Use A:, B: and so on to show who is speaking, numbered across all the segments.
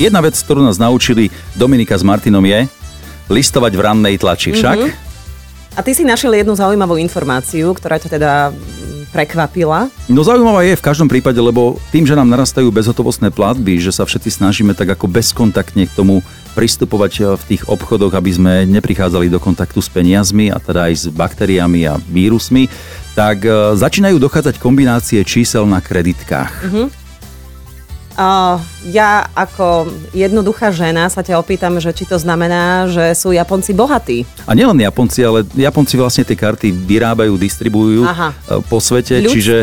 A: Jedna vec, ktorú nás naučili Dominika s Martinom je listovať v rannej tlači. Však?
B: A ty si našiel jednu zaujímavú informáciu, ktorá ťa teda prekvapila.
A: No zaujímavá je v každom prípade, lebo tým, že nám narastajú bezhotovostné platby, že sa všetci snažíme tak ako bezkontaktne k tomu pristupovať e, v tých obchodoch, aby sme neprichádzali do kontaktu s peniazmi a teda aj s baktériami a vírusmi, tak e, začínajú dochádzať kombinácie čísel na kreditkách.
B: A ja ako jednoduchá žena sa ťa opýtam, že či to znamená, že sú Japonci bohatí.
A: A nielen Japonci, ale Japonci vlastne tie karty vyrábajú, distribujú
B: Aha.
A: e, po svete.
B: Ľudstvo.
A: Čiže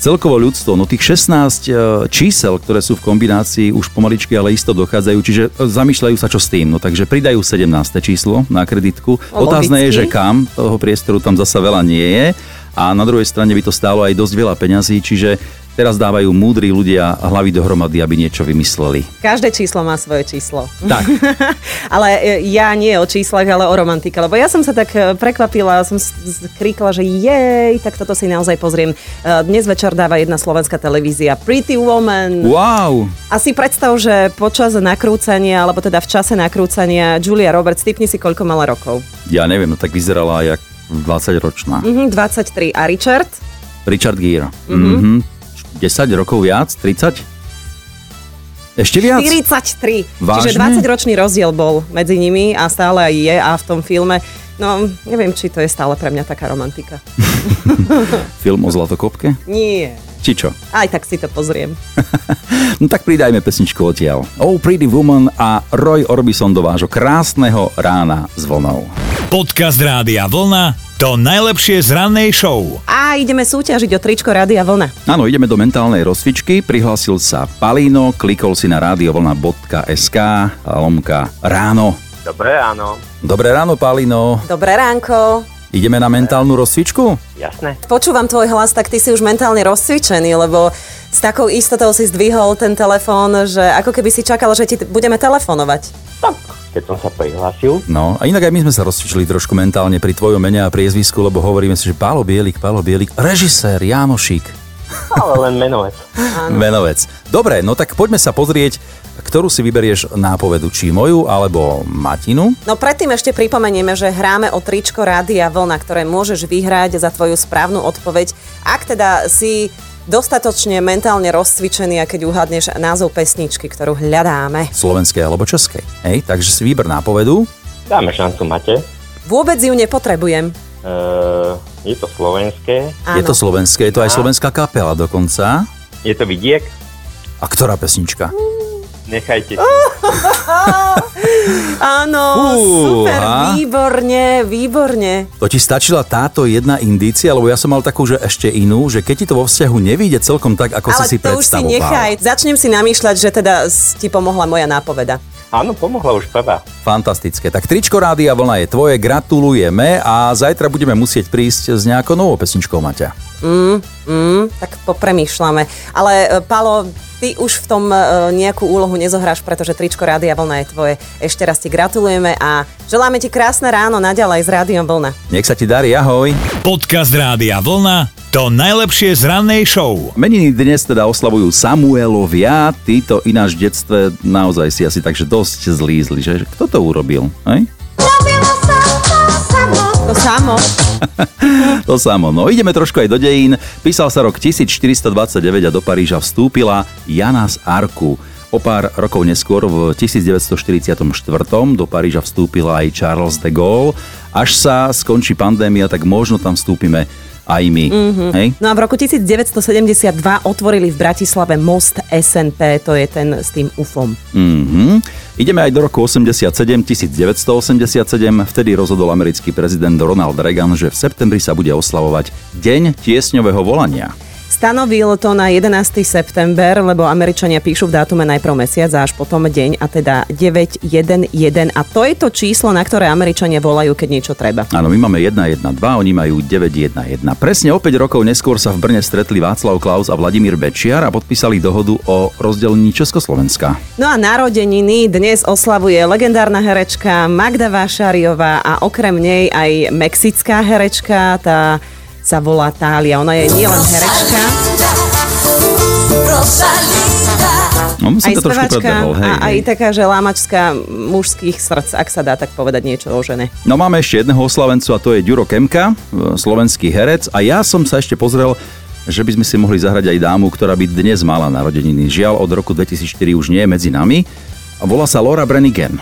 A: celkovo ľudstvo, no tých 16 e, čísel, ktoré sú v kombinácii, už pomaličky, ale isto dochádzajú, čiže e, zamýšľajú sa čo s tým. No takže pridajú 17. číslo na kreditku. Otázne je, že
B: logicky.
A: kam, toho priestoru tam zasa veľa nie je. A na druhej strane by to stálo aj dosť veľa peňazí, čiže teraz dávajú múdri ľudia hlavy dohromady, aby niečo vymysleli.
B: Každé číslo má svoje číslo.
A: Tak.
B: ale e, ja nie o číslach, ale o romantike, lebo ja som sa tak e, prekvapila, som s- s- kríkla, že jej, tak toto si naozaj pozriem. E, Dnes večer dáva jedna slovenská televízia Pretty Woman.
A: Wow!
B: A si predstav, že počas nakrúcania, alebo teda v čase nakrúcania, Julia Roberts, typni si, koľko mala rokov.
A: Ja neviem, no tak vyzerala jak 20-ročná.
B: Mhm, 23. A Richard?
A: Richard Gere. Mm-hmm. 10 rokov viac? 30? Ešte viac?
B: 43.
A: Vážne?
B: Čiže 20-ročný rozdiel bol medzi nimi a stále aj je a v tom filme. No, neviem, či to je stále pre mňa taká romantika.
A: Film o Zlatokopke?
B: Nie.
A: Či čo?
B: Aj tak si to pozriem.
A: No tak pridajme pesničku odtiaľ. Oh Pretty Woman a Roy Orbison do vášho krásneho rána s vlnou.
C: Podcast Rádia Vlna. To najlepšie z rannej show.
B: A ideme súťažiť o tričko Rádia Vlna.
A: Áno, ideme do mentálnej rozcvičky. Prihlásil sa Palino, klikol si na radiovlna.sk a lomka ráno.
D: Dobre, áno.
A: Dobré ráno, Palino.
B: Dobré ránko.
A: Ideme na mentálnu rozcvičku?
D: Jasné.
B: Počúvam tvoj hlas, tak ty si už mentálne rozcvičený, lebo s takou istotou si zdvihol ten telefón, že ako keby si čakal, že ti t- budeme telefonovať.
D: Tak, keď som sa prihlásil,
A: No, a inak aj my sme sa rozcvičili trošku mentálne pri tvojom mene a priezvisku, lebo hovoríme si, že Pálo Bielik, Pálo Bielik, režisér Jánošik,
D: ale len menovec.
A: menovec. Dobre, no tak poďme sa pozrieť, ktorú si vyberieš nápovedu, či moju, alebo Matinu.
B: No predtým ešte pripomenieme, že hráme o tričko Rádia Vlna, ktoré môžeš vyhrať za tvoju správnu odpoveď, ak teda si dostatočne mentálne rozcvičený a keď uhádneš názov pesničky, ktorú hľadáme.
A: Slovenskej alebo českej. Hej, takže si vyber nápovedu.
D: Dáme šancu Mate.
B: Vôbec ju nepotrebujem.
D: Eh, je to slovenské,
A: Je to slovenské, je to aj
D: A.
A: slovenská kapela dokonca.
D: je to vidiek.
A: A ktorá pesnička?
D: Nechajte si.
B: Áno,
A: Fúha.
B: super, výborne, výborne.
A: To ti stačila táto jedna indícia, lebo ja som mal takú, že ešte inú, že keď ti to vo vzťahu nevíde celkom tak, ako
B: Ale
A: si si
B: to už si
A: predstavoval.
B: nechaj. Začnem si namýšľať, že teda s- ti pomohla moja nápoveda.
D: Áno, pomohla už prvá.
A: Fantastické. Tak tričko Rádia Vlna je tvoje, gratulujeme a zajtra budeme musieť prísť s nejakou novou pesničkou, Maťa.
B: Mm, tak popremýšľame. Ale e, Palo, ty už v tom e, nejakú úlohu nezohráš, pretože tričko Rádia Vlna je tvoje. Ešte raz ti gratulujeme a želáme ti krásne ráno naďalej s Rádiom Vlna.
A: Nech sa ti darí, ahoj.
C: Podcast Rádia Vlna. To najlepšie z rannej show.
A: Meniny dnes teda oslavujú Samuelovia, títo ináč v detstve naozaj si asi takže dosť zlízli, že že kto to urobil, hej?
B: To samo.
A: To samo, no ideme trošku aj do dejín. Písal sa rok 1429 a do Paríža vstúpila Jana z Arku. O pár rokov neskôr, v 1944. do Paríža vstúpila aj Charles de Gaulle. Až sa skončí pandémia, tak možno tam vstúpime aj my. Mm-hmm. Hej?
B: No a v roku 1972 otvorili v Bratislave most SNP, to je ten s tým UFom.
A: Mm-hmm. Ideme aj do roku 87, 1987. Vtedy rozhodol americký prezident Ronald Reagan, že v septembri sa bude oslavovať Deň tiesňového volania.
B: Stanovil to na 11. september, lebo Američania píšu v dátume najprv mesiac a až potom deň, a teda 911. A to je to číslo, na ktoré Američania volajú, keď niečo treba.
A: Áno, my máme 112, oni majú 911. Presne o 5 rokov neskôr sa v Brne stretli Václav Klaus a Vladimír Bečiar a podpísali dohodu o rozdelení Československa.
B: No a narodeniny dnes oslavuje legendárna herečka Magda Vášariová a okrem nej aj mexická herečka, tá sa volá Tália. Ona je nielen herečka,
E: Rosalinda, Rosalinda.
A: No, som ťa trošku predbehol, hej,
B: a aj
A: hej.
B: taká, že lámačka mužských srdc, ak sa dá tak povedať niečo o žene.
A: No máme ešte jedného oslavencu a to je Ďuro Kemka, e, slovenský herec. A ja som sa ešte pozrel, že by sme si mohli zahrať aj dámu, ktorá by dnes mala narodeniny. Žiaľ, od roku 2004 už nie je medzi nami. A Volá sa Laura Brenigan.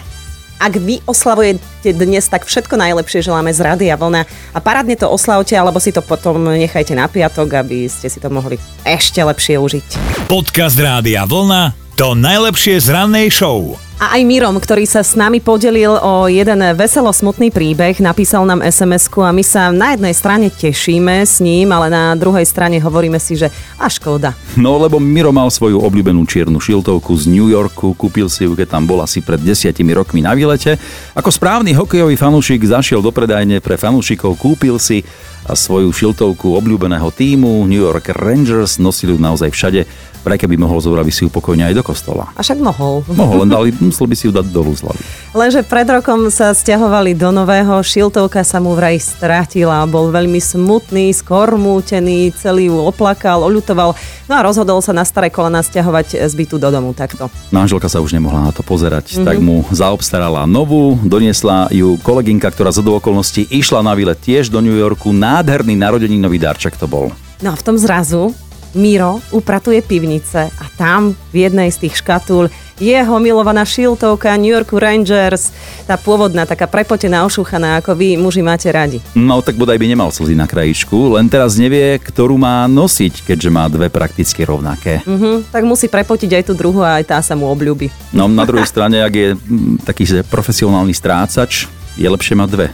B: Ak vy oslavujete dnes, tak všetko najlepšie želáme z Rady a Vlna. A parádne to oslavte, alebo si to potom nechajte na piatok, aby ste si to mohli ešte lepšie užiť.
C: Podcast Rádia Vlna. To najlepšie z rannej show.
B: A aj Mirom, ktorý sa s nami podelil o jeden veselo smutný príbeh, napísal nám sms a my sa na jednej strane tešíme s ním, ale na druhej strane hovoríme si, že a škoda.
A: No lebo Miro mal svoju obľúbenú čiernu šiltovku z New Yorku, kúpil si ju, keď tam bol asi pred desiatimi rokmi na výlete. Ako správny hokejový fanúšik zašiel do predajne pre fanúšikov, kúpil si a svoju šiltovku obľúbeného týmu New York Rangers, nosil ju naozaj všade, vraj keby mohol zobral by si ju pokojne aj do kostola.
B: A však mohol.
A: Mohol, len dali, musel by si ju dať dolu z hlavy.
B: Lenže pred rokom sa stiahovali do nového, šiltovka sa mu vraj stratila, bol veľmi smutný, skormútený, celý ju oplakal, oľutoval, no a rozhodol sa na staré kolena stiahovať z bytu do domu takto.
A: Manželka No, sa už nemohla na to pozerať, mm-hmm. tak mu zaobstarala novú, doniesla ju kolegynka, ktorá z okolností išla na výlet tiež do New Yorku. Nádherný narodeninový darček to bol.
B: No a v tom zrazu Miro upratuje pivnice a tam v jednej z tých škatúl jeho milovaná šiltovka New Yorku Rangers, tá pôvodná, taká prepotená, ošúchaná, ako vy muži máte radi.
A: No tak bodaj by nemal slzy na krajičku, len teraz nevie, ktorú má nosiť, keďže má dve prakticky rovnaké.
B: Mhm, tak musí prepotiť aj tú druhú a aj tá sa mu obľúbi.
A: No na druhej strane, ak je mm, taký že profesionálny strácač, je lepšie mať dve.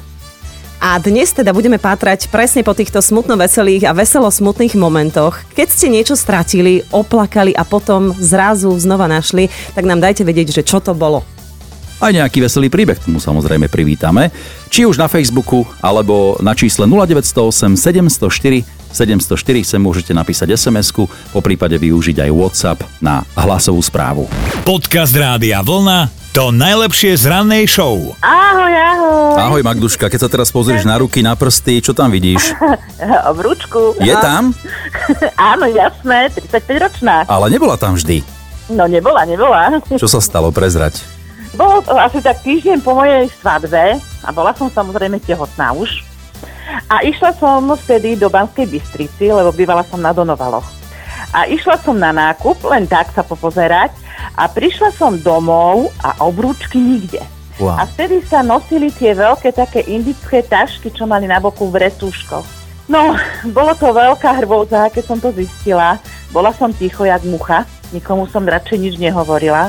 B: A dnes teda budeme pátrať presne po týchto smutno-veselých a veselo-smutných momentoch. Keď ste niečo stratili, oplakali a potom zrazu znova našli, tak nám dajte vedieť, že čo to bolo.
A: Aj nejaký veselý príbeh tomu samozrejme privítame, či už na Facebooku, alebo na čísle 0908 704 704 sem môžete napísať SMS-ku, po prípade využiť aj WhatsApp na hlasovú správu.
C: Podcast Rádia Vlna. To najlepšie z rannej show.
E: Ahoj, ahoj.
A: Ahoj Magduška, keď sa teraz pozrieš na ruky, na prsty, čo tam vidíš?
E: Obručku.
A: Je tam?
E: Áno, jasné, 35 ročná.
A: Ale nebola tam vždy.
E: No nebola, nebola.
A: Čo sa stalo, prezrať?
E: Bolo to asi tak týždeň po mojej svadbe a bola som samozrejme tehotná už. A išla som vtedy do Banskej Bystrici, lebo bývala som na Donovaloch. A išla som na nákup, len tak sa popozerať a prišla som domov a obrúčky nikde.
A: Wow.
E: A vtedy sa nosili tie veľké také indické tašky, čo mali na boku v retúškoch. No, bolo to veľká hrôza, keď som to zistila. Bola som ticho jak mucha, nikomu som radšej nič nehovorila.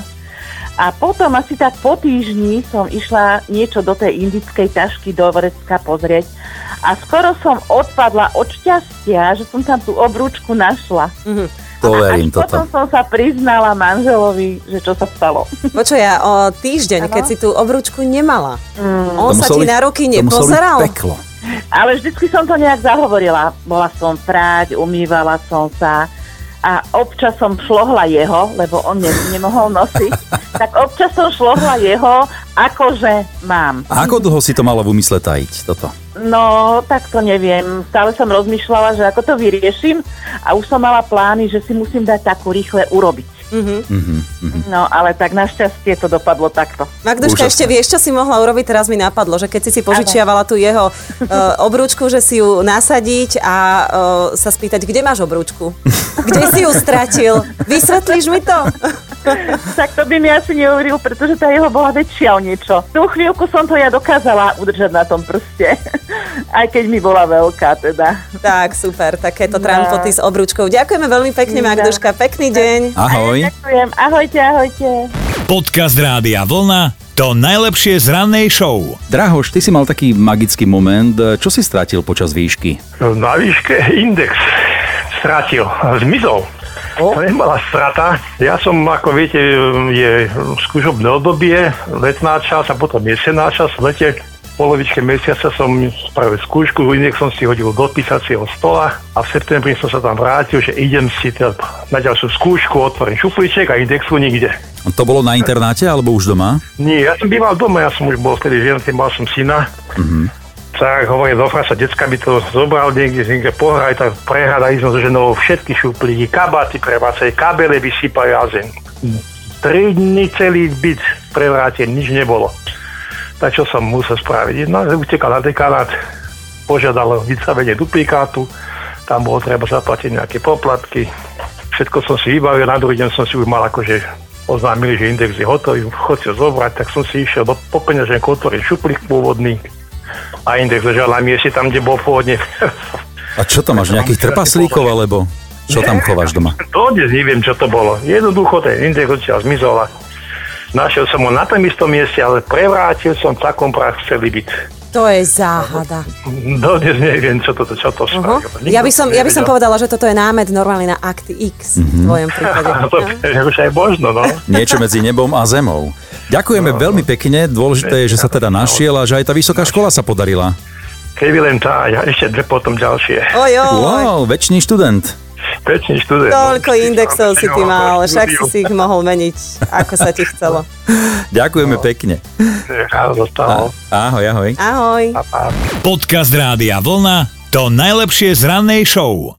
E: A potom asi tak po týždni som išla niečo do tej indickej tašky do vrecka pozrieť a skoro som odpadla od šťastia, že som tam tú obrúčku našla.
B: Mhm.
A: To
E: A
A: verím
E: až potom
A: toto.
E: som sa priznala manželovi, že čo sa stalo.
B: Počuj, ja o týždeň,
E: Áno.
B: keď si tú obručku nemala, mm. on
A: To
B: sa
A: muselo
B: ti
A: byť-
B: na ruky
A: to muselo byť
B: nepozeral.
A: Peklo.
E: Ale vždycky som to nejak zahovorila. Bola som práť, umývala som sa a občas som šlohla jeho, lebo on ne, nemohol nosiť. tak občas som šlohla jeho, akože mám.
A: A ako dlho si to malo v úmysle tajiť, toto?
E: No, tak to neviem. Stále som rozmýšľala, že ako to vyriešim a už som mala plány, že si musím dať takú rýchle urobiť.
B: Mhm.
E: No, ale tak našťastie to dopadlo takto.
B: Magduška,
A: Úžasné.
B: ešte vieš, čo si mohla urobiť? Teraz mi napadlo, že keď si si požičiavala tú jeho uh, obrúčku, že si ju nasadiť a uh, sa spýtať, kde máš obrúčku? Kde si ju stratil? Vysvetlíš mi to?
E: Tak to by mi asi neuveril, pretože tá jeho bola väčšia o niečo. Tú chvíľku som to ja dokázala udržať na tom prste, aj keď mi bola veľká teda.
B: tak, super, takéto
E: No.
B: trampoty s obrúčkou. Ďakujeme veľmi pekne,
E: No.
B: Magduška. Pekný deň.
A: Ahoj.
E: Ďakujem, ahojte, ahojte.
C: Podcast Rádia Vlna. To najlepšie z rannej show.
A: Drahoš, ty si mal taký magický moment. Čo si strátil počas výšky?
F: No, Na výške index stratil, zmizol. To nebola strata. Ja som, ako viete, je skúšobné obdobie, letná časť a potom jesenná časť. V lete v polovičke mesiaca som spravil skúšku, index som si hodil do písacieho stola a v septembri som sa tam vrátil, že idem si teda na ďalšiu skúšku, otvorím šuflíček a indexu nikde.
A: To bolo na internáte alebo už doma?
F: Nie, ja som býval doma, ja som už bol vtedy ženatý, mal som syna. Tak hovorím do frasa, decka by to zobral niekde, niekde pohraj, tak prehrada ísť so ženou všetky šuplíky, kabáty prevácej, kabele vysypaj a zem. 3 dní celý byt prevráten, nič nebolo. Tak čo som musel spraviť? No, že utekal na dekanát, požiadal vystavenie duplikátu, tam bolo treba zaplatiť nejaké poplatky. Všetko som si vybavil, na druhý deň som si už mal akože oznámili, že index je hotový, chod si ho zobrať, tak som si išiel do popeňaženku otvoriť šuplík pôvodný a index ležal na mieste tam, kde bol pôvodne.
A: A čo tam máš, nejakých trpaslíkov, alebo čo tam chováš doma?
F: Dodnes neviem, čo to bolo. Jednoducho ten index odtiaľ zmizol a našiel som ho na tom istom mieste, ale prevrátil som v takom prach celý byt.
B: To je záhada.
F: Dodnes neviem, čo to, čo to
B: Uh-huh.
F: spravilo. Nikto
B: Ja, by som,
F: to
B: ja by som
F: nevedel.
B: povedala, že toto je námed normálne na akty X
A: Mhm.
B: v tvojom prípade.
F: To je už aj možno, no.
A: Niečo medzi nebom a zemou. Ďakujeme veľmi pekne, dôležité je, že sa teda našiel a že aj tá vysoká škola sa podarila.
F: Keby len tá, ja ešte dve potom ďalšie.
B: Oj, oj,
A: Wow, väčší študent.
F: Pečný študent.
B: toľko indexov si ty mal, však si si ich mohol meniť, ako sa ti chcelo.
A: Ďakujeme pekne. A-
F: Raz zostal.
A: Ahoj, ahoj.
B: Ahoj.
F: A, a
C: Podcast Rádia Vlna to najlepšie z rannej show.